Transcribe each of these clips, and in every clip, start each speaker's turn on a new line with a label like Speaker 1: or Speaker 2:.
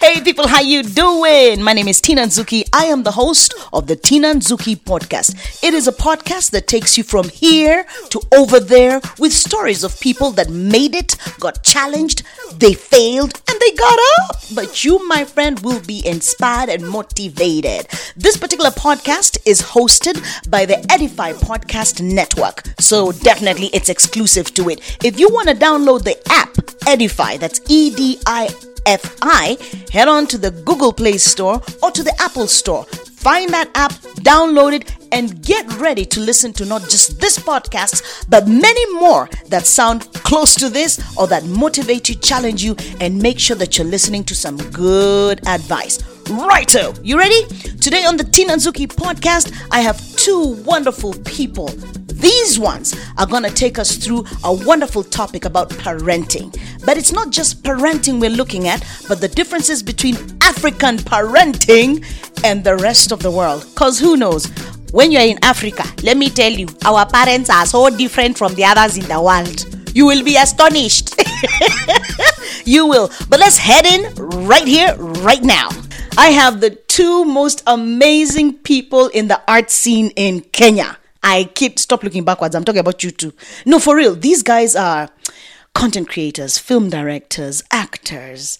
Speaker 1: hey people, how you doing? My name is Tina Nzuki. I am the host of the Tina Nzuki podcast. It is a podcast that takes you from here to over there with stories of people that made it, got challenged, they failed, and they got up. But you, my friend, will be inspired and motivated. This particular podcast is hosted by the Edify Podcast Network. So definitely it's exclusive to it. If you want to download the app Edify, that's E D I FI, head on to the Google Play Store or to the Apple Store. Find that app, download it, and get ready to listen to not just this podcast, but many more that sound close to this or that motivate you, challenge you, and make sure that you're listening to some good advice. Righto, you ready? Today on the Tin and Zuki podcast, I have two wonderful people these ones are going to take us through a wonderful topic about parenting. But it's not just parenting we're looking at, but the differences between African parenting and the rest of the world. Because who knows? When you're in Africa, let me tell you, our parents are so different from the others in the world. You will be astonished. you will. But let's head in right here, right now. I have the two most amazing people in the art scene in Kenya. I keep stop looking backwards. I'm talking about you too. No, for real. These guys are content creators, film directors, actors,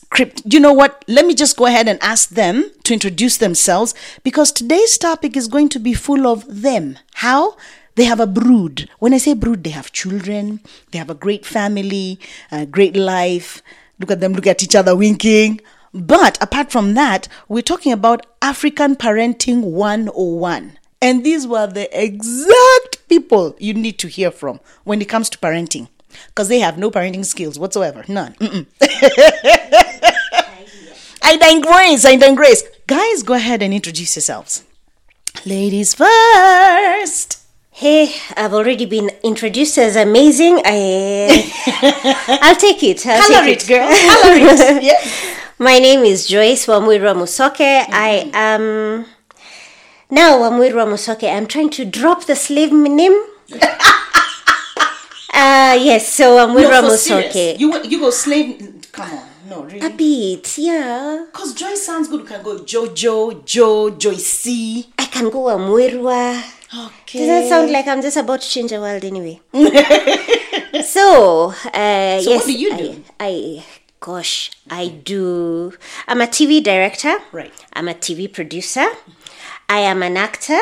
Speaker 1: script. You know what? Let me just go ahead and ask them to introduce themselves because today's topic is going to be full of them. How? They have a brood. When I say brood, they have children, they have a great family, a great life. Look at them, look at each other winking. But apart from that, we're talking about African Parenting 101. And these were the exact people you need to hear from when it comes to parenting because they have no parenting skills whatsoever. None. I digress. I digress. Guys, go ahead and introduce yourselves. Ladies first.
Speaker 2: Hey, Eh, I've already been introduced as amazing. I, I'll take it. I'll
Speaker 1: Color
Speaker 2: take
Speaker 1: it, girl. Color it. Yeah.
Speaker 2: My name is Joyce Wamwira Musoke.
Speaker 1: Mm-hmm.
Speaker 2: I am. Now, Wamwirwa Musoke, I'm trying to drop the slave name. uh, yes, so Wamwirwa
Speaker 1: No, for serious.
Speaker 2: Musoke.
Speaker 1: You, you go slave. Come on. No,
Speaker 2: A
Speaker 1: really.
Speaker 2: bit, yeah.
Speaker 1: Because Joy sounds good. You can go Jojo, Jo, Joycey.
Speaker 2: I can go Wamwirwa.
Speaker 1: Okay.
Speaker 2: Doesn't it sound like I'm just about to change the world anyway? so, uh,
Speaker 1: So
Speaker 2: yes.
Speaker 1: what do you do?
Speaker 2: I, I, gosh, I do. I'm a TV director.
Speaker 1: Right.
Speaker 2: I'm a TV producer. I am an actor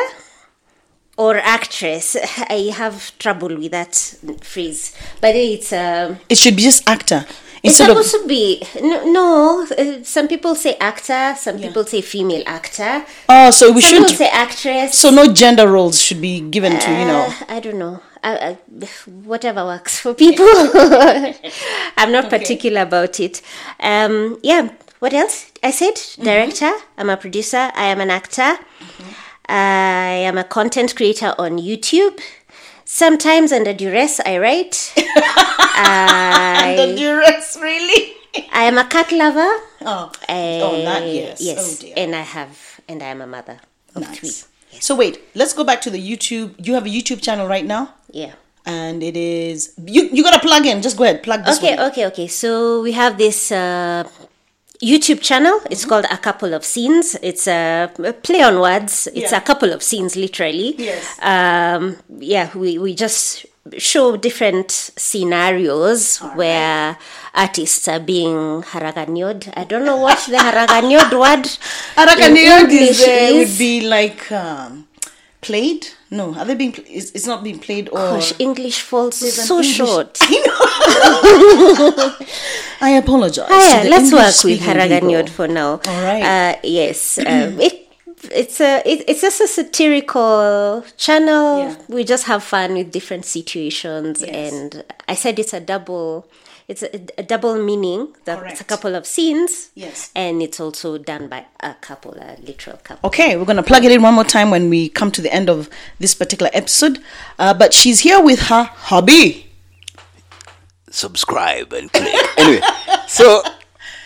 Speaker 2: or actress. I have trouble with that phrase. But it's. Um,
Speaker 1: It should be just actor.
Speaker 2: it's
Speaker 1: Instead of
Speaker 2: supposed to be no. no uh, some people say actor. Some people say female actor.
Speaker 1: oh, so we
Speaker 2: Some people
Speaker 1: shouldn't.
Speaker 2: say actress.
Speaker 1: So no gender roles should be given to you know.
Speaker 2: Uh, I don't know. I, I, whatever works for people. I'm not particular about it. Um, yeah. What else? I said
Speaker 1: Mm-hmm.
Speaker 2: director. I'm a producer. I am an actor. I am a content creator on YouTube. Sometimes under duress, I write.
Speaker 1: The duress, really.
Speaker 2: I am a cat lover.
Speaker 1: Oh,
Speaker 2: Uh,
Speaker 1: oh, that yes.
Speaker 2: Yes.
Speaker 1: Oh dear.
Speaker 2: and I have, and I am a mother of three.
Speaker 1: Nice. So wait, let's go back to the YouTube. You have a YouTube channel right now,
Speaker 2: Yeah.
Speaker 1: and it is you. You gotta plug in. Just go ahead, plug this
Speaker 2: okay
Speaker 1: one.
Speaker 2: okay okay so we have this uh, youtube channel it's
Speaker 1: Mm-hmm.
Speaker 2: called a couple of scenes it's a a play on words it's
Speaker 1: Yeah.
Speaker 2: a couple of scenes literally
Speaker 1: Yes.
Speaker 2: um, yeah we, we just show different scenarios where artists are being haraganyod i don't know what the haraganyod word in
Speaker 1: Arakaneo is,
Speaker 2: English
Speaker 1: uh, would
Speaker 2: is.
Speaker 1: be like um, played. No, are they being? Pl- is, it's not being played or.
Speaker 2: Gosh, english falls
Speaker 1: an
Speaker 2: so
Speaker 1: English-
Speaker 2: short
Speaker 1: I apologize.
Speaker 2: Ah,
Speaker 1: to the
Speaker 2: yeah, let's work with
Speaker 1: English-speaking
Speaker 2: Haraganyod
Speaker 1: people.
Speaker 2: for now.
Speaker 1: All right.
Speaker 2: Uh, yes. um, it, it's a it, it's just a satirical channel.
Speaker 1: Yeah.
Speaker 2: We just have fun with different situations, and I said it's a double. It's a, a double meaning. That It's a
Speaker 1: Correct.
Speaker 2: couple of scenes.
Speaker 1: Yes.
Speaker 2: And it's also done by a couple, a literal couple.
Speaker 1: Okay, we're going to plug it in one more time when we come to the end of this particular episode. Uh, but she's here with her hubby.
Speaker 3: subscribe and click. anyway, so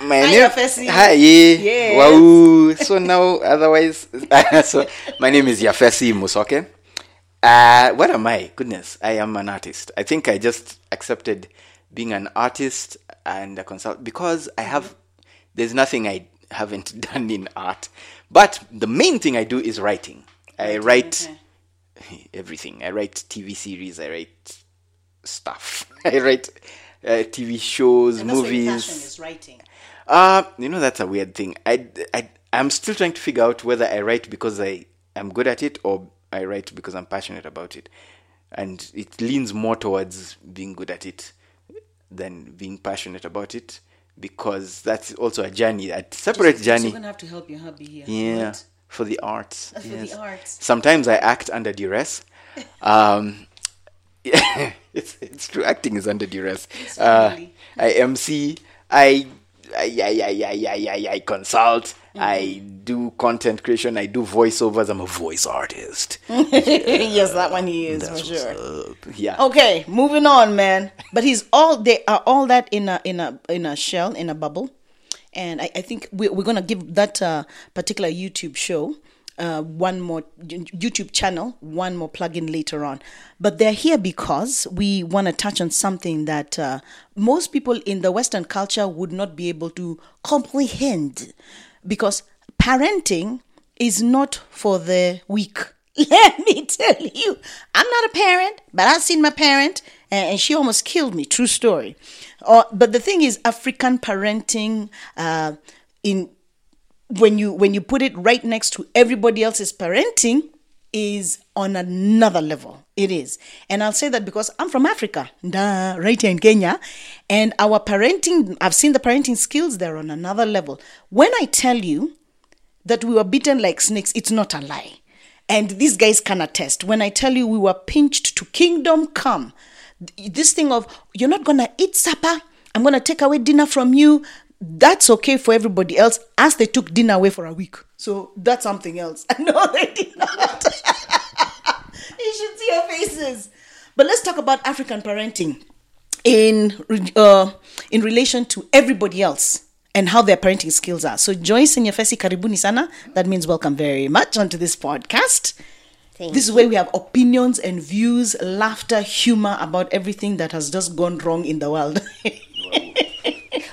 Speaker 3: my
Speaker 1: Hi,
Speaker 3: name
Speaker 1: Yafesi.
Speaker 3: hi
Speaker 1: Yes.
Speaker 3: wow. So now otherwise, so my name is Yafesi Musoke. Uh, what am I? Goodness, I am an artist. I think I just accepted being an artist and a consultant because I have there's nothing I haven't done in art, but the main thing I do is writing. I write everything. I write TV series. I write stuff. I write uh, TV shows,
Speaker 1: And that's where your passion
Speaker 3: movies.
Speaker 1: is writing.
Speaker 3: Uh, you know that's a weird thing. I, I I'm still trying to figure out whether I write because I am good at it or I write because I'm passionate about it, and it leans more towards being good at it than being passionate about it because that's also a journey, a separate
Speaker 1: So
Speaker 3: journey.
Speaker 1: we're gonna have to help your hubby here.
Speaker 3: Yeah,
Speaker 1: But
Speaker 3: for the arts.
Speaker 1: for the arts.
Speaker 3: Sometimes I act under duress. Um, yeah, it's it's true. Acting is under duress. Uh,
Speaker 1: really.
Speaker 3: I MC. I. I, I, I, I, I, I, I consult.
Speaker 1: Mm-hmm.
Speaker 3: I do content creation. I do voiceovers. I'm a voice artist.
Speaker 1: yes, that one he is
Speaker 3: That's
Speaker 1: for
Speaker 3: what's
Speaker 1: Oh, sure.
Speaker 3: up. Yeah.
Speaker 1: Okay, moving on, man. But he's all they are all that in a in a in a shell in a bubble, and I, I think we, we're gonna give that uh, particular YouTube show. Uh, one more YouTube channel, one more plugin later on. But they're here because we want to touch on something that uh, most people in the Western culture would not be able to comprehend because parenting is not for the weak. Let me tell you, I'm not a parent, but I've seen my parent, and, and she almost killed me. True story. Or, but the thing is, African parenting, uh, in when you when you put it right next to everybody else's parenting, is on another level. It is, and I'll say that because I'm from Africa, nah, right here in Kenya, and our parenting. I've seen the parenting skills; they're on another level. When I tell you that we were beaten like snakes, it's not a lie. And these guys can attest. When I tell you we were pinched to kingdom come, th- this thing of you're not gonna eat supper, I'm gonna take away dinner from you, that's okay for everybody else, as they took dinner away for a week. So that's something else. no, they did not. you should see our faces. But let's talk about African parenting in re- uh, in relation to everybody else and how their parenting skills are. So Joyce and Nyefesi Karibuni Sana, that means welcome very much onto this podcast.
Speaker 2: Thank
Speaker 1: this is where we have opinions and views, laughter, humor about everything that has just gone wrong in the world.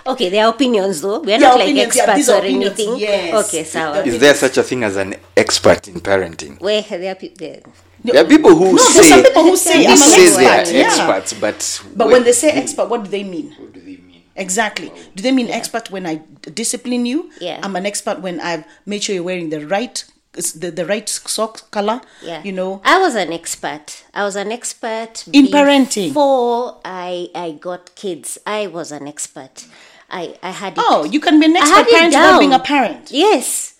Speaker 2: Okay, there are opinions though. We are
Speaker 1: Yeah,
Speaker 2: not like
Speaker 1: opinions, yeah,
Speaker 2: experts
Speaker 1: these are
Speaker 2: or
Speaker 1: opinions,
Speaker 2: anything.
Speaker 1: yes.
Speaker 2: Okay,
Speaker 1: The-
Speaker 2: so
Speaker 3: Is there such a thing as an expert in parenting?
Speaker 2: where there are pe- there-
Speaker 3: There are people who
Speaker 1: no, there's
Speaker 3: say
Speaker 1: some people who say, "I'm
Speaker 3: who
Speaker 1: an
Speaker 3: say they are
Speaker 1: expert," yeah.
Speaker 3: experts, but
Speaker 1: but
Speaker 3: wh-
Speaker 1: when they say expert, what do they mean?
Speaker 3: what do they mean?
Speaker 1: Exactly. Do they mean expert when I d- discipline you?
Speaker 2: Yeah.
Speaker 1: I'm an expert when I've made sure you're wearing the right the, the right sock color.
Speaker 2: yeah.
Speaker 1: You know.
Speaker 2: I was an expert. I was an expert
Speaker 1: In parenting.
Speaker 2: Before I I got kids, I was an expert. I I had it.
Speaker 1: Oh, you can be an
Speaker 2: I
Speaker 1: expert
Speaker 2: had it
Speaker 1: parent without
Speaker 2: down.
Speaker 1: being a parent.
Speaker 2: Yes,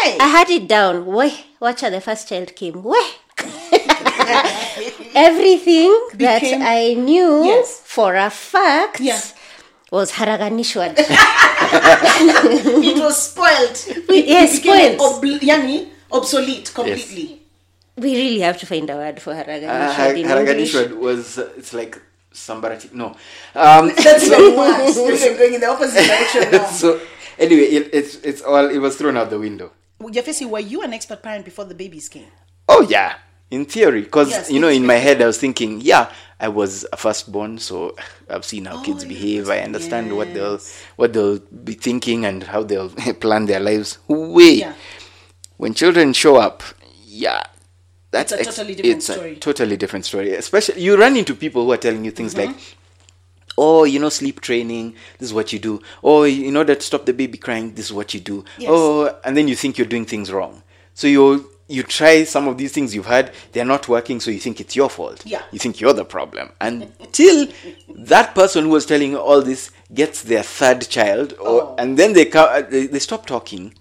Speaker 1: Hey.
Speaker 2: I had it down. Weh, watch how the first child came. Weh. Everything
Speaker 1: Became-
Speaker 2: that I knew
Speaker 1: Yes.
Speaker 2: for a fact
Speaker 1: Yeah.
Speaker 2: was haraganishwa.
Speaker 1: it was spoiled.
Speaker 2: Yes,
Speaker 1: became
Speaker 2: spoiled.
Speaker 1: obl- yani, obsolete completely.
Speaker 2: we really have to find a word for haraganishwa
Speaker 3: Uh, Har-
Speaker 2: in English.
Speaker 3: Haraganishwad was uh, it's like somebody no um
Speaker 1: That's even worse. You're going in the opposite direction now.
Speaker 3: so anyway it, it's it's all it was thrown out the window
Speaker 1: Jafesi, were you an expert parent before the babies came?
Speaker 3: oh yeah in theory because
Speaker 1: Yes,
Speaker 3: you know in my head i was thinking yeah i was a firstborn so i've seen how
Speaker 1: Oh,
Speaker 3: kids behave i understand what they'll what they'll be thinking and how they'll plan their lives way
Speaker 1: Yeah.
Speaker 3: when children show up yeah that's
Speaker 1: It's a totally different
Speaker 3: it's a
Speaker 1: story.
Speaker 3: totally different story especially you run into people who are telling you things like oh you know sleep training this is what you do oh in order to stop the baby crying this is what you do
Speaker 1: Yes.
Speaker 3: oh and then you think you're doing things wrong so you you try some of these things you've had they're not working so you think it's your fault
Speaker 1: Yeah.
Speaker 3: you think you're the problem until that person who was telling you all this gets their third child or,
Speaker 1: Oh.
Speaker 3: and then they, come, they they stop talking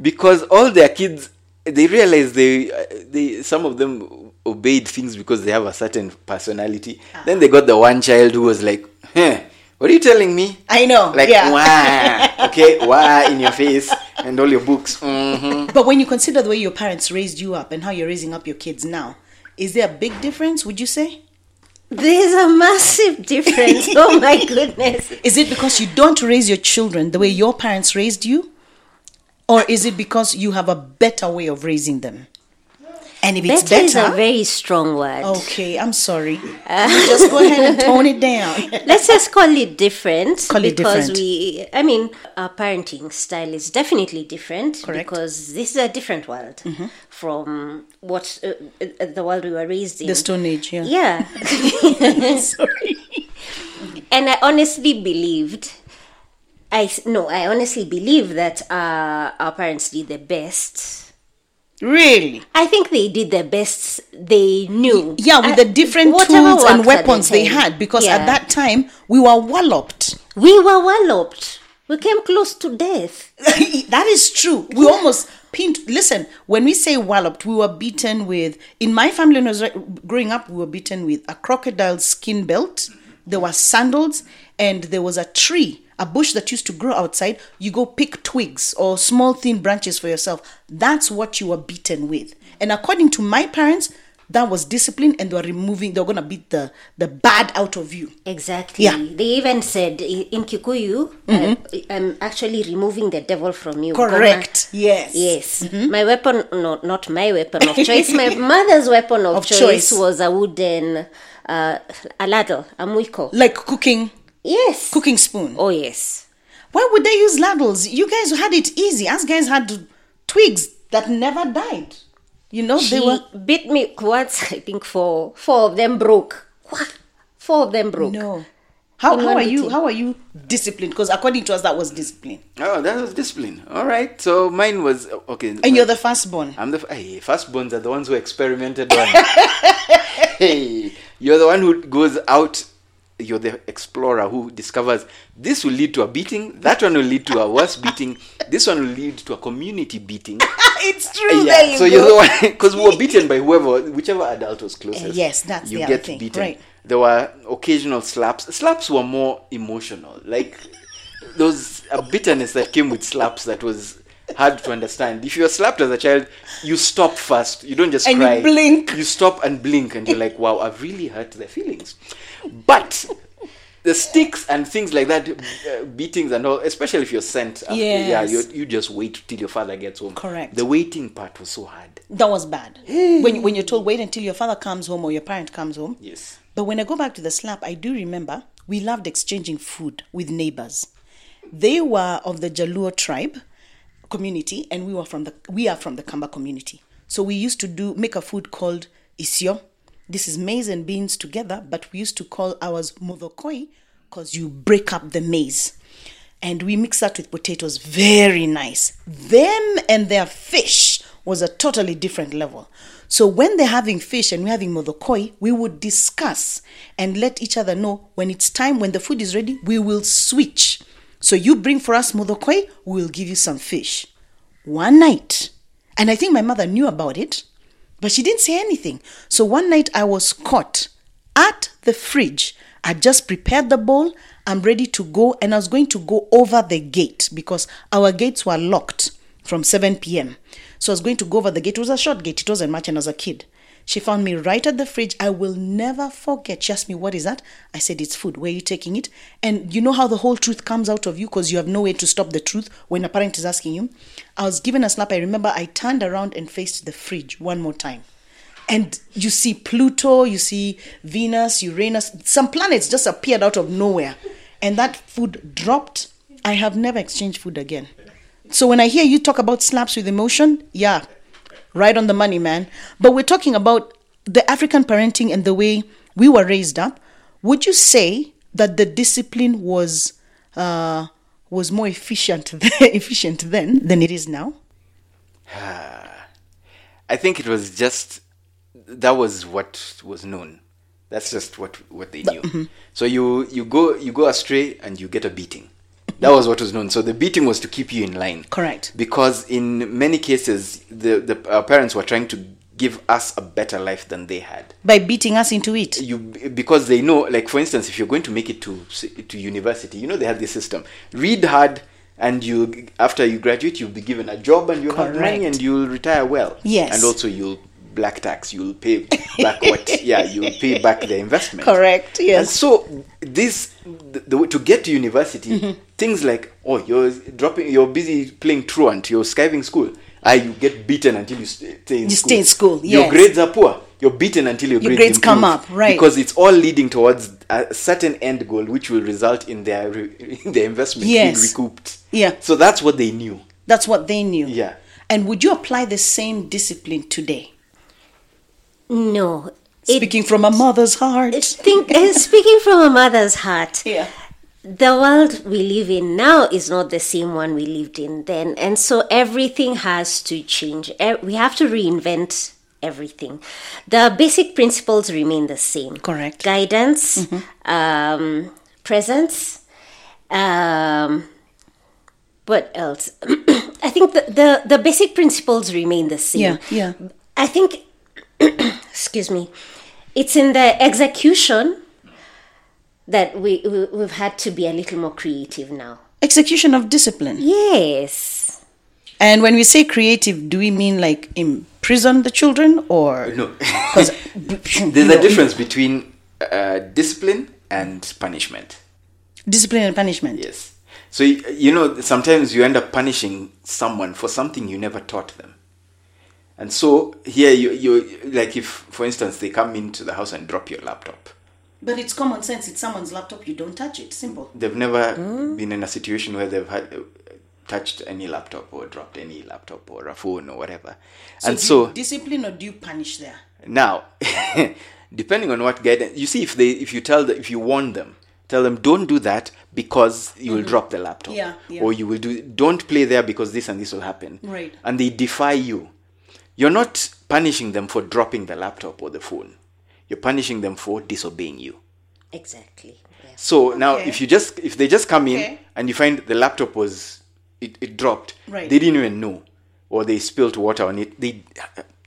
Speaker 3: because all their kids they realize they uh, they some of them obeyed things because they have a certain personality
Speaker 1: Ah.
Speaker 3: then they got the one child who was like huh, what are you telling me
Speaker 1: I know,
Speaker 3: like
Speaker 1: yeah.
Speaker 3: wah okay wah in your face and all your books hmm
Speaker 1: But when you consider the way your parents raised you up and how you're raising up your kids now, is there a big difference, would you say?
Speaker 2: There's a massive difference. oh my goodness.
Speaker 1: Is it because you don't raise your children the way your parents raised you? Or is it because you have a better way of raising them? And if it's
Speaker 2: better is a Uh.
Speaker 1: better- Oh.
Speaker 2: very strong word.
Speaker 1: Okay, I'm sorry. You just go ahead and tone it down.
Speaker 2: Let's just call it different
Speaker 1: Call it
Speaker 2: because
Speaker 1: different.
Speaker 2: we, I mean, our parenting style is definitely different
Speaker 1: Correct. Mm-hmm.
Speaker 2: because this is a different world from what uh, uh, the world we were raised in.
Speaker 1: The Stone Age, yeah.
Speaker 2: yeah,
Speaker 1: Sorry.
Speaker 2: and I honestly believed. I s- no, I honestly believe that uh, our parents did the best.
Speaker 1: Really?
Speaker 2: I think they did the best they knew.
Speaker 1: Yeah, with
Speaker 2: Uh,
Speaker 1: the different
Speaker 2: whatever
Speaker 1: tools and
Speaker 2: worked at the
Speaker 1: weapons they
Speaker 2: time.
Speaker 1: had, because
Speaker 2: Yeah.
Speaker 1: at that time we were walloped.
Speaker 2: we were walloped. We came close to death.
Speaker 1: that is true. We almost pinned. Listen, when we say walloped, we were beaten with. In my family, when I was growing up, we were beaten with a crocodile skin belt. There were sandals, and there was a tree, a bush that used to grow outside. You go pick twigs or small thin branches for yourself. That's what you were beaten with. And according to my parents, that was discipline, and they were removing. They were gonna beat the the bad out of you.
Speaker 2: Exactly.
Speaker 1: Yeah.
Speaker 2: They even said i- in Kikuyu, I, am actually removing the devil from you.
Speaker 1: Correct.
Speaker 2: Goma.
Speaker 1: Yes.
Speaker 2: Yes. My weapon, no, not my weapon of choice. My mother's weapon of,
Speaker 1: Of
Speaker 2: choice,
Speaker 1: choice.
Speaker 2: was a wooden, uh, a ladle, a muiko.
Speaker 1: Like cooking,
Speaker 2: Yes.
Speaker 1: cooking spoon.
Speaker 2: Oh, yes.
Speaker 1: Why would they use ladles? You guys had it easy. Us guys had twigs that never died. You know,
Speaker 2: She
Speaker 1: they were.
Speaker 2: beat me once, I think four, four of them broke. What? Four of them broke.
Speaker 1: No. How,
Speaker 2: In
Speaker 1: how
Speaker 2: one
Speaker 1: are you?
Speaker 2: meeting.
Speaker 1: How are you disciplined? Because according to us, that was discipline.
Speaker 3: Oh, that was discipline. All right. So mine was okay.
Speaker 1: And you're the firstborn.
Speaker 3: I'm the f- hey, firstborns are the ones who experimented one. hey, you're the one who goes out. You're the explorer who discovers this will lead to a beating. That one will lead to a worse beating. This one will lead to a community beating.
Speaker 1: it's true.
Speaker 3: Yeah,
Speaker 1: There you
Speaker 3: so
Speaker 1: go.
Speaker 3: you're the one because we were beaten by whoever, whichever adult was
Speaker 1: Uh,
Speaker 3: closest.
Speaker 1: yes, that's
Speaker 3: you
Speaker 1: the other
Speaker 3: get
Speaker 1: thing,
Speaker 3: beaten.
Speaker 1: right.
Speaker 3: There were occasional slaps. Slaps were more emotional. Like there was a bitterness that came with slaps that was hard to understand. If you were slapped as a child, you stop first. You don't just
Speaker 1: And you
Speaker 3: cry.
Speaker 1: blink.
Speaker 3: You stop and blink, and you're like, "Wow, I've really hurt their feelings." But the sticks and things like that, uh, beatings and all, especially if you're sent, after, yeah,
Speaker 1: Yes.
Speaker 3: you you just wait till your father gets home.
Speaker 1: Correct.
Speaker 3: The waiting part was so hard.
Speaker 1: That was bad. when when you're told wait until your father comes home or your parent comes home.
Speaker 3: Yes.
Speaker 1: But when I go back to the slap, I do remember we loved exchanging food with neighbors. They were of the Jaluo tribe community, and we were from the we are from the Kamba community. So we used to do make a food called isio. This is maize and beans together, but we used to call ours modokoi because you break up the maize and we mix that with potatoes very nice them and their fish was a totally different level so when they're having fish and we're having modokoi we would discuss and let each other know when it's time when the food is ready we will switch so you bring for us modokoi we'll give you some fish one night and i think my mother knew about it but she didn't say anything so one night i was caught at the fridge. I just prepared the bowl. I'm ready to go, and I was going to go over the gate because our gates were locked from 7 p.m. So I was going to go over the gate. It was a short gate, it wasn't much, and I was a kid. She found me right at the fridge. I will never forget. She asked me, What is that? I said, It's food. Where are you taking it? And you know how the whole truth comes out of you because you have no way to stop the truth when a parent is asking you? I was given a slap. I remember I turned around and faced the fridge one more time and you see Pluto, you see Venus, Uranus, some planets just appeared out of nowhere, and that food dropped. I have never exchanged food again. So when I hear you talk about slaps with emotion, yeah, right on the money, man. But we're talking about the African parenting and the way we were raised up. Would you say that the discipline was uh, was more efficient efficient then than it is now?
Speaker 3: I think it was just that was what was known. That's just what what they knew.
Speaker 1: Mm-hmm.
Speaker 3: So you you go you go astray and you get a beating. That was what was known. So the beating was to keep you in line.
Speaker 1: Correct.
Speaker 3: Because in many cases, the the our parents were trying to give us a better life than they had.
Speaker 1: By beating us into it.
Speaker 3: you because they know like for instance if you're going to make it to to university you know they have this system read hard and you after you graduate you'll be given a job and you'll have money
Speaker 1: Correct.
Speaker 3: and you'll retire well
Speaker 1: Yes.
Speaker 3: and also you'll black tax you'll pay back what yeah you'll pay back the investment
Speaker 1: Correct, yes.
Speaker 3: and so this the, the way to get to
Speaker 1: Mm-hmm.
Speaker 3: university things like oh you're dropping you're busy playing truant you're skiving school Ah, you get beaten until you st- stay in
Speaker 1: You
Speaker 3: school.
Speaker 1: stay in school,
Speaker 3: Your
Speaker 1: yes.
Speaker 3: grades are poor. You're beaten until your,
Speaker 1: Your grades
Speaker 3: grades,
Speaker 1: come
Speaker 3: improve.
Speaker 1: up, right.
Speaker 3: Because it's all leading towards a certain end goal, which will result in their re- in their investment
Speaker 1: Yes.
Speaker 3: being recouped.
Speaker 1: Yeah.
Speaker 3: So that's what they knew.
Speaker 1: That's what they knew.
Speaker 3: Yeah.
Speaker 1: And would you apply the same discipline today?
Speaker 2: No. It,
Speaker 1: Speaking from a mother's heart.
Speaker 2: think, speaking from a mother's heart,
Speaker 1: yeah.
Speaker 2: the world we live in now is not the same one we lived in then and so everything has to change E- we have to reinvent everything the basic principles remain the same
Speaker 1: Correct. Mm-hmm.
Speaker 2: guidance um, presence um, what else i think the, the the basic principles remain the same
Speaker 1: Yeah. Yeah.
Speaker 2: I think, excuse me, it's in the execution that we, we we've had to be a little more creative now.
Speaker 1: Execution of discipline.
Speaker 2: Yes,
Speaker 1: And when we say creative, do we mean like imprison the children or
Speaker 3: No.
Speaker 1: Because
Speaker 3: There's a difference between uh, discipline and punishment.
Speaker 1: Discipline and punishment.
Speaker 3: Yes. So y- you know sometimes you end up punishing someone for something you never taught them. And so here you you like if for instance they come into the house and drop your laptop.
Speaker 1: But it's common sense. It's someone's laptop. You don't touch it. Simple.
Speaker 3: They've never
Speaker 1: Hmm?
Speaker 3: been in a situation where they've had uh, touched any laptop or dropped any laptop or a phone or whatever. and
Speaker 1: do
Speaker 3: so
Speaker 1: you discipline or do you punish there?
Speaker 3: Now, depending on what guidance you see, if they if you tell them, if you warn them, tell them don't do that because you will drop the laptop,
Speaker 1: Mm-hmm. Yeah, yeah.
Speaker 3: or you will do don't play there because this and this will happen,
Speaker 1: Right.
Speaker 3: And they defy you. You're not punishing them for dropping the laptop or the phone. You're punishing them for disobeying you.
Speaker 2: exactly. Yes.
Speaker 3: So now,
Speaker 1: Okay.
Speaker 3: if you just if they just come in
Speaker 1: Okay.
Speaker 3: and you find the laptop was it, it dropped,
Speaker 1: Right.
Speaker 3: they didn't even know, or they spilled water on it. They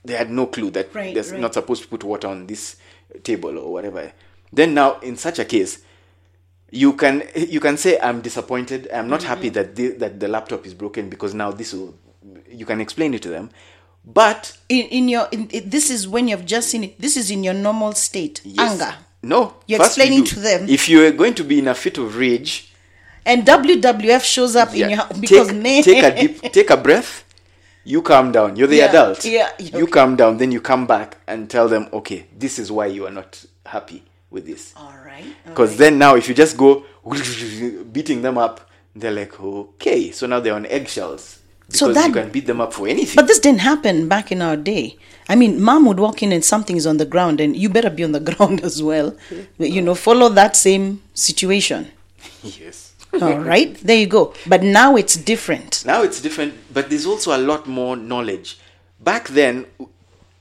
Speaker 3: they had no clue that
Speaker 1: Right,
Speaker 3: they're
Speaker 1: right.
Speaker 3: not supposed to put water on this table or whatever. Then now, in such a case, you can you can say I'm disappointed. I'm not happy
Speaker 1: Mm-hmm.
Speaker 3: that the, that the laptop is broken because now this will you can explain it to them, but
Speaker 1: In, in your in, in- this is when you've just seen it. This is in your normal state,
Speaker 3: yes.
Speaker 1: anger.
Speaker 3: No,
Speaker 1: You're
Speaker 3: first you
Speaker 1: explaining
Speaker 3: do.
Speaker 1: to them.
Speaker 3: If you are going to be in a fit of rage,
Speaker 1: And WWF shows up in
Speaker 3: Yeah.
Speaker 1: your house because
Speaker 3: take,
Speaker 1: men
Speaker 3: take a deep take a breath you calm down you're the
Speaker 1: Yeah,
Speaker 3: adult
Speaker 1: yeah,
Speaker 3: you
Speaker 1: okay.
Speaker 3: calm down then you come back and tell them okay this is why you are not happy with this
Speaker 1: All right.
Speaker 3: because then now if you just go beating them up they're like okay so now they're on eggshells because
Speaker 1: So that-
Speaker 3: you can beat them up for anything
Speaker 1: But this didn't happen back in our day. I mean, mom would walk in and something's on the ground, and you better be on the ground as well. You know, follow that same situation.
Speaker 3: yes
Speaker 1: All right, there you go. But now it's different.
Speaker 3: now it's different but there's also a lot more knowledge back then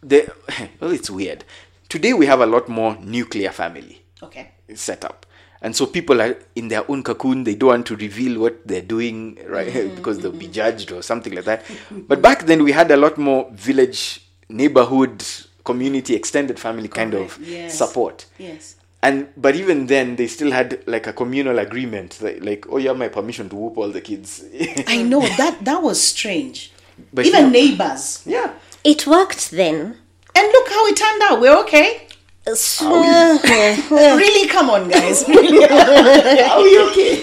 Speaker 3: the well it's weird today we have a lot more nuclear family
Speaker 1: Okay.
Speaker 3: set up. And so people are in their own cocoon. They don't want to reveal what they're doing, right?
Speaker 1: Mm-hmm.
Speaker 3: because they'll be judged or something like that. but back then, we had a lot more village, neighborhood, community, extended family kind of
Speaker 1: Correct, yes.
Speaker 3: support.
Speaker 1: Yes.
Speaker 3: And but even then, they still had like a communal agreement, like, like oh, you have my permission to whoop all the kids.
Speaker 1: I know that that was strange.
Speaker 3: But
Speaker 1: Even
Speaker 3: yeah.
Speaker 1: neighbors.
Speaker 3: yeah.
Speaker 2: It worked then.
Speaker 1: And look how it turned out. We're okay. really, come on, guys. Really.
Speaker 3: Are we okay?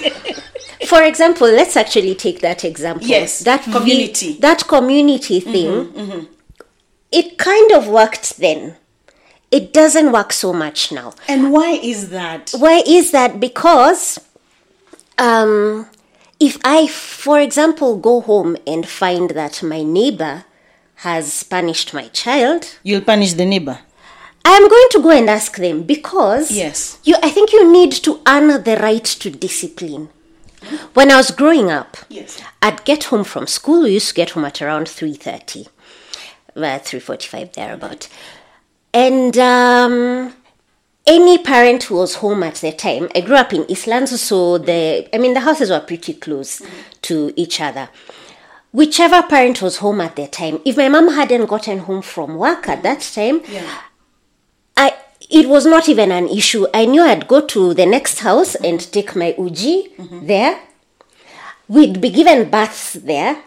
Speaker 2: For example, let's actually take that example.
Speaker 1: Yes,
Speaker 2: that vi-
Speaker 1: community. Mm-hmm,
Speaker 2: that community thing. It kind of worked then. It doesn't work so much now.
Speaker 1: And why is that?
Speaker 2: why is that because um if i for example go home and find that my neighbor has punished my child
Speaker 1: You'll punish the neighbor.
Speaker 2: i'm going to go and ask them because
Speaker 1: Yes.
Speaker 2: you i think you need to earn the right to discipline when i was growing up
Speaker 1: Yes.
Speaker 2: I'd get home from school. We used to get home at around 3.30, uh, 3.45, thereabout. And um, any parent who was home at the time, I grew up in East Lands, so the, I mean, the houses were pretty close to each other. Whichever parent was home at the time, if my mom hadn't gotten home from work at that time,
Speaker 1: Yeah.
Speaker 2: I it was not even an issue. I knew I'd go to the next house and take my uji there. We'd be given baths there.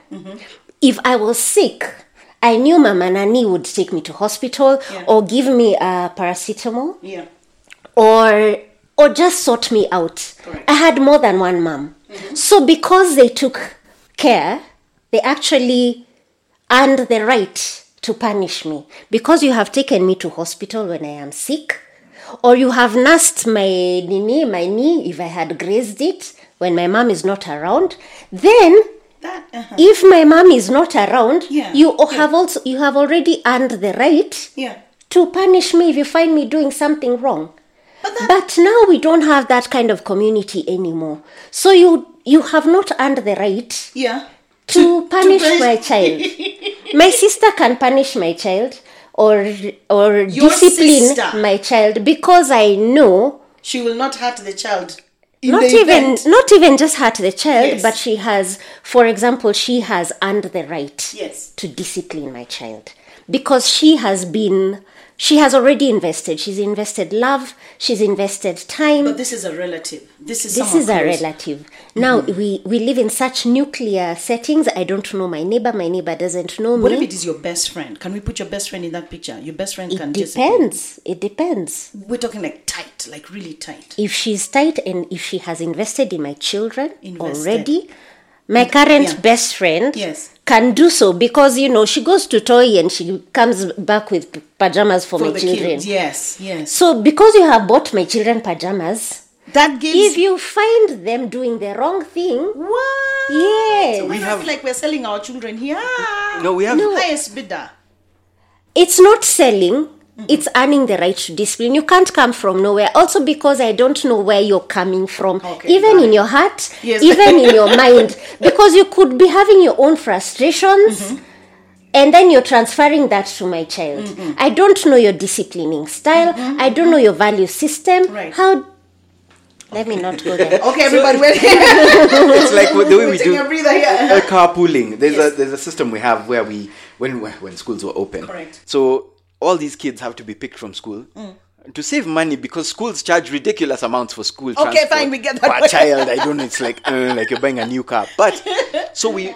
Speaker 2: If I was sick, I knew Mama Nani would take me to hospital
Speaker 1: Yeah.
Speaker 2: or give me a paracetamol
Speaker 1: Yeah.
Speaker 2: or or just sort me out.
Speaker 1: Correct.
Speaker 2: I had more than
Speaker 1: Mm-hmm.
Speaker 2: one mom. So because they took care, they actually and the right to punish me because you have taken me to hospital when I am sick, or you have nursed my knee, my knee if I had grazed it when my mom is not around. Then,
Speaker 1: That, uh-huh.
Speaker 2: if my mom is not around,
Speaker 1: Yeah,
Speaker 2: you o-
Speaker 1: yeah.
Speaker 2: have also you have already earned the right
Speaker 1: Yeah.
Speaker 2: to punish me if you find me doing something wrong.
Speaker 1: But that,
Speaker 2: But now we don't have that kind of community anymore. So you you have not earned the right
Speaker 1: yeah.
Speaker 2: to punish
Speaker 1: punish-
Speaker 2: my child. my sister can punish my child or or discipline
Speaker 1: sister.
Speaker 2: my child because I know
Speaker 1: She will not hurt the child. In
Speaker 2: not
Speaker 1: the
Speaker 2: even
Speaker 1: event-
Speaker 2: not even just hurt the child,
Speaker 1: Yes.
Speaker 2: but she has, for example, she has earned the right
Speaker 1: Yes.
Speaker 2: to discipline my child because she has been. She has already invested. She's invested love. She's invested time.
Speaker 1: But this is a relative. This is
Speaker 2: this
Speaker 1: someone
Speaker 2: is a
Speaker 1: close. Mm-hmm.
Speaker 2: relative now we we live in such nuclear settings i don't know my neighbor my neighbor doesn't know
Speaker 1: What if
Speaker 2: me
Speaker 1: it is your best friend? Can we put your best friend in that picture? Your best friend can
Speaker 2: it
Speaker 1: just.
Speaker 2: depends it depends
Speaker 1: We're talking like tight, like really tight.
Speaker 2: if she's tight and if she has invested in my children
Speaker 1: Invested.
Speaker 2: already my current
Speaker 1: yeah.
Speaker 2: best friend
Speaker 1: Yes.
Speaker 2: can do so because you know she goes to toy and she comes back with p- pajamas for, my
Speaker 1: the
Speaker 2: children
Speaker 1: kids. Yes, yes.
Speaker 2: so because you have bought my children pajamas
Speaker 1: That gives.
Speaker 2: if you find them doing the wrong thing
Speaker 1: what?
Speaker 2: yeah
Speaker 1: We
Speaker 3: have-
Speaker 1: have like we're selling our children here.
Speaker 3: No, we have
Speaker 1: The highest bidder.
Speaker 2: it's not selling it's earning the right to discipline you can't come from nowhere also because i don't know where you're coming from
Speaker 1: Okay,
Speaker 2: even
Speaker 1: got
Speaker 2: in your heart
Speaker 1: Yes.
Speaker 2: even in your mind because you could be having your own frustrations
Speaker 1: Mm-hmm.
Speaker 2: and then you're transferring that to my child
Speaker 1: Mm-hmm.
Speaker 2: i don't know your disciplining style i don't know your value system
Speaker 1: Right.
Speaker 2: how let me not go there
Speaker 1: Okay, everybody, we're here.
Speaker 3: it's like what- the way
Speaker 1: We're
Speaker 3: we
Speaker 1: taking
Speaker 3: do
Speaker 1: a breather here.
Speaker 3: uh, carpooling. There's
Speaker 1: Yes.
Speaker 3: a there's a system we have where we when when schools were open.
Speaker 1: Correct. Mm.
Speaker 3: So all these kids have to be picked from school. To save money because schools charge ridiculous amounts for school
Speaker 1: Okay,
Speaker 3: transport
Speaker 1: fine, we get that
Speaker 3: per
Speaker 1: one.
Speaker 3: child. I don't know. It's like uh, like you're buying a new car. But so we,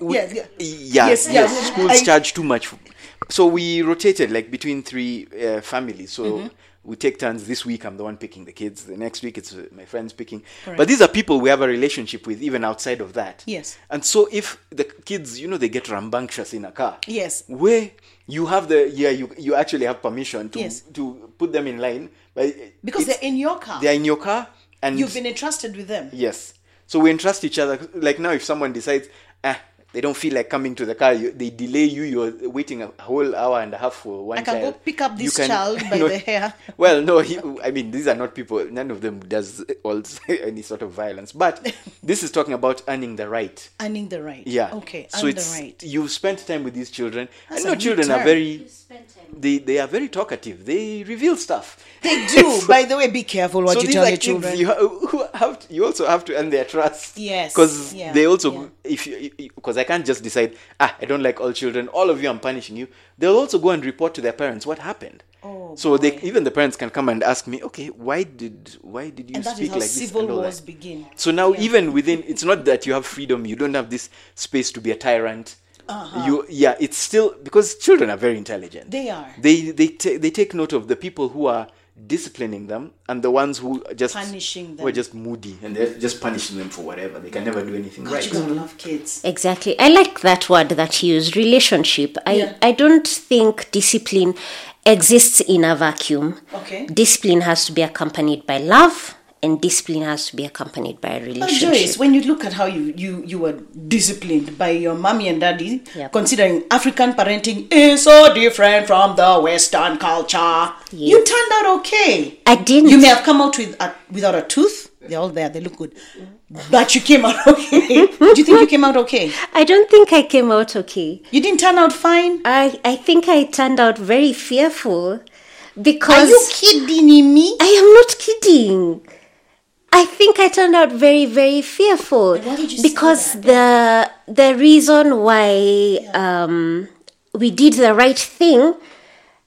Speaker 3: we
Speaker 1: Yes, yeah.
Speaker 3: yeah,
Speaker 1: Yes,
Speaker 3: yes,
Speaker 1: yeah.
Speaker 3: schools
Speaker 1: I-
Speaker 3: charge too much. For, so we rotated like between three uh, families. So
Speaker 1: Mm-hmm.
Speaker 3: we take turns. This week I'm the one picking the kids. The next week it's uh, my friends picking. But these are people we have a relationship with, even outside of that.
Speaker 1: Yes.
Speaker 3: And so if the kids, you know, they get rambunctious in a car.
Speaker 1: Yes.
Speaker 3: Where you have the yeah, you you actually have permission to
Speaker 1: Yes.
Speaker 3: to put them in line, but it-
Speaker 1: Because
Speaker 3: it's-
Speaker 1: they're in your car.
Speaker 3: they're in your car and
Speaker 1: You've been entrusted with them.
Speaker 3: Yes. So we entrust each other. Like now, if someone decides, ah, they don't feel like coming to the car, you, they delay you. You're waiting a whole hour and a half for one
Speaker 1: I can go
Speaker 3: child.
Speaker 1: pick up
Speaker 3: You
Speaker 1: this child by the hair.
Speaker 3: Well, no, he, I mean these are not people. None of them does all any sort of violence. But this is talking about earning the right.
Speaker 1: Earning the right.
Speaker 3: Yeah.
Speaker 1: Okay,
Speaker 3: So
Speaker 1: earn the
Speaker 3: it's
Speaker 1: right.
Speaker 3: you've spent time with these children.
Speaker 1: That's
Speaker 3: I know
Speaker 1: a new
Speaker 3: children are
Speaker 1: term.
Speaker 3: very. They they are very talkative. They reveal stuff.
Speaker 1: They do. by the way, be careful what you
Speaker 3: these
Speaker 1: tell
Speaker 3: are
Speaker 1: your
Speaker 3: kids
Speaker 1: children.
Speaker 3: You, ha- who have to, you also have to earn their trust.
Speaker 1: Yes,
Speaker 3: Because
Speaker 1: yeah,
Speaker 3: they also,
Speaker 1: yeah.
Speaker 3: if you, because I can't just decide, ah, I don't like all children, all of you, I'm punishing you. They'll also go and report to their parents what happened.
Speaker 1: Oh,
Speaker 3: so they even the parents can come and ask me, okay, why did why did you
Speaker 1: And that is
Speaker 3: speak
Speaker 1: how
Speaker 3: like this?
Speaker 1: civil
Speaker 3: and all
Speaker 1: wars
Speaker 3: that?
Speaker 1: begin.
Speaker 3: So now even within, it's not that you have freedom. You don't have this space to be a tyrant. You yeah, it's still because children are very intelligent.
Speaker 1: Uh-huh. They are.
Speaker 3: They they ta- they take note of the people who are disciplining them and the ones who are just
Speaker 1: Punishing
Speaker 3: Who are
Speaker 1: them.
Speaker 3: just moody and they're just punishing them for whatever. They can never do anything
Speaker 1: But
Speaker 3: right.
Speaker 1: you don't love kids.
Speaker 2: Exactly. I like that word that you used, relationship. I,
Speaker 1: Yeah.
Speaker 2: I don't think discipline exists in a vacuum.
Speaker 1: Okay.
Speaker 2: Discipline has to be accompanied by love, and discipline has to be accompanied by a
Speaker 1: Oh, Joyce,
Speaker 2: relationship.
Speaker 1: when you look at how you, you, you were disciplined by your mommy and daddy,
Speaker 2: Yep.
Speaker 1: considering African parenting is so different from the Western culture, you turned out okay.
Speaker 2: I didn't.
Speaker 1: You may have come out with a, without a tooth. They're all there. They look good, but you came out okay. Do you think you came out okay?
Speaker 2: I don't think I came out okay.
Speaker 1: You didn't turn out fine.
Speaker 2: I, I think I turned out very fearful
Speaker 1: Are
Speaker 2: because
Speaker 1: you kidding me?
Speaker 2: I am not kidding. I think I turned out very, very fearful
Speaker 1: why did you say
Speaker 2: because the the reason why um, we did the right thing,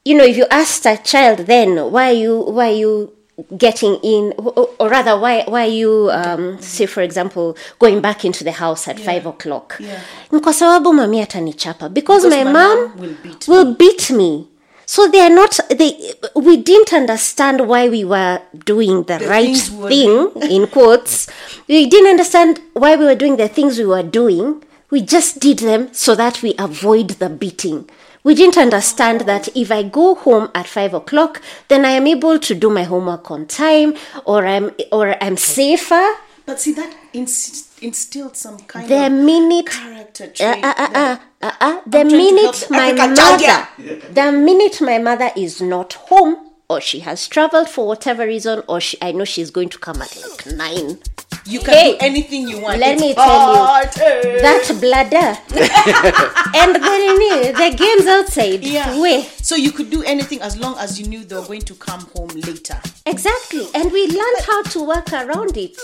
Speaker 2: you know, if you asked a child then why you why you getting in, or or rather why why you um, say for example going back into the house at five o'clock,
Speaker 1: Yeah.
Speaker 2: ni kwa sababu mami atanichapa because,
Speaker 1: Because
Speaker 2: my,
Speaker 1: my
Speaker 2: mom,
Speaker 1: mom will beat
Speaker 2: will beat me. So they are not. They we didn't understand why we were doing the, right
Speaker 1: things we were
Speaker 2: thing in quotes. we didn't understand why we were doing the things we were doing. We just did them so that we avoid the beating. We didn't understand that if I go home at five o'clock, then I am able to do my homework on time, or I'm or I'm safer.
Speaker 1: But see, that inst- instilled some kind
Speaker 2: The
Speaker 1: of
Speaker 2: minute
Speaker 1: character
Speaker 2: uh,
Speaker 1: trait.
Speaker 2: uh, uh,
Speaker 1: that-
Speaker 2: uh, uh, uh, the
Speaker 1: trying to
Speaker 2: minute
Speaker 1: help
Speaker 2: my
Speaker 1: Africa,
Speaker 2: mother, the minute my mother is not home, or she has traveled for whatever reason, or she, I know she's going to come at like nine.
Speaker 1: you can
Speaker 2: Hey,
Speaker 1: do anything you want.
Speaker 2: let
Speaker 1: It's
Speaker 2: me tell you,
Speaker 1: party.
Speaker 2: That bladder, and then eh, the games outside.
Speaker 1: Yeah.
Speaker 2: Way.
Speaker 1: So you could do anything as long as you knew they were going to come home later.
Speaker 2: Exactly, and we learned how to work around it.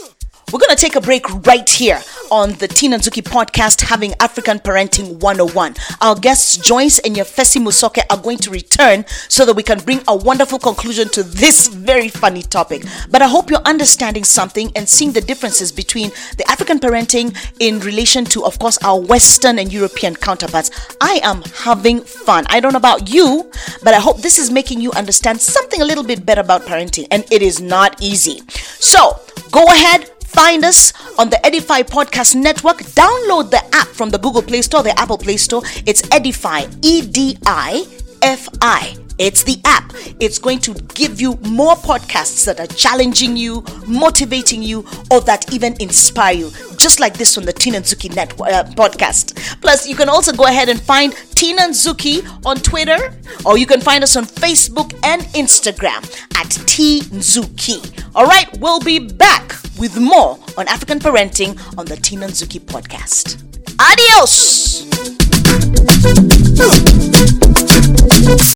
Speaker 1: We're going to take a break right here on the Tina Zuki podcast, having African Parenting 101. Our guests, Joyce and Yafesi Musoke, are going to return so that we can bring a wonderful conclusion to this very funny topic. But I hope you're understanding something and seeing the differences between the African parenting in relation to, of course, our Western and European counterparts. I am having fun. I don't know about you, but I hope this is making you understand something a little bit better about parenting, and it is not easy. So, go ahead Find us on the Edify Podcast Network. Download the app from the Google Play Store, the Apple Play Store. It's Edify, E D I F I. It's the app. It's going to give you more podcasts that are challenging you, motivating you, or that even inspire you, just like this on the Tina and Zuki network, uh, podcast. Plus, you can also go ahead and find Tina and Zuki on Twitter, or you can find us on Facebook and Instagram at Tzuki. All right, we'll be back with more on African parenting on the Tina and Zuki podcast. Adios!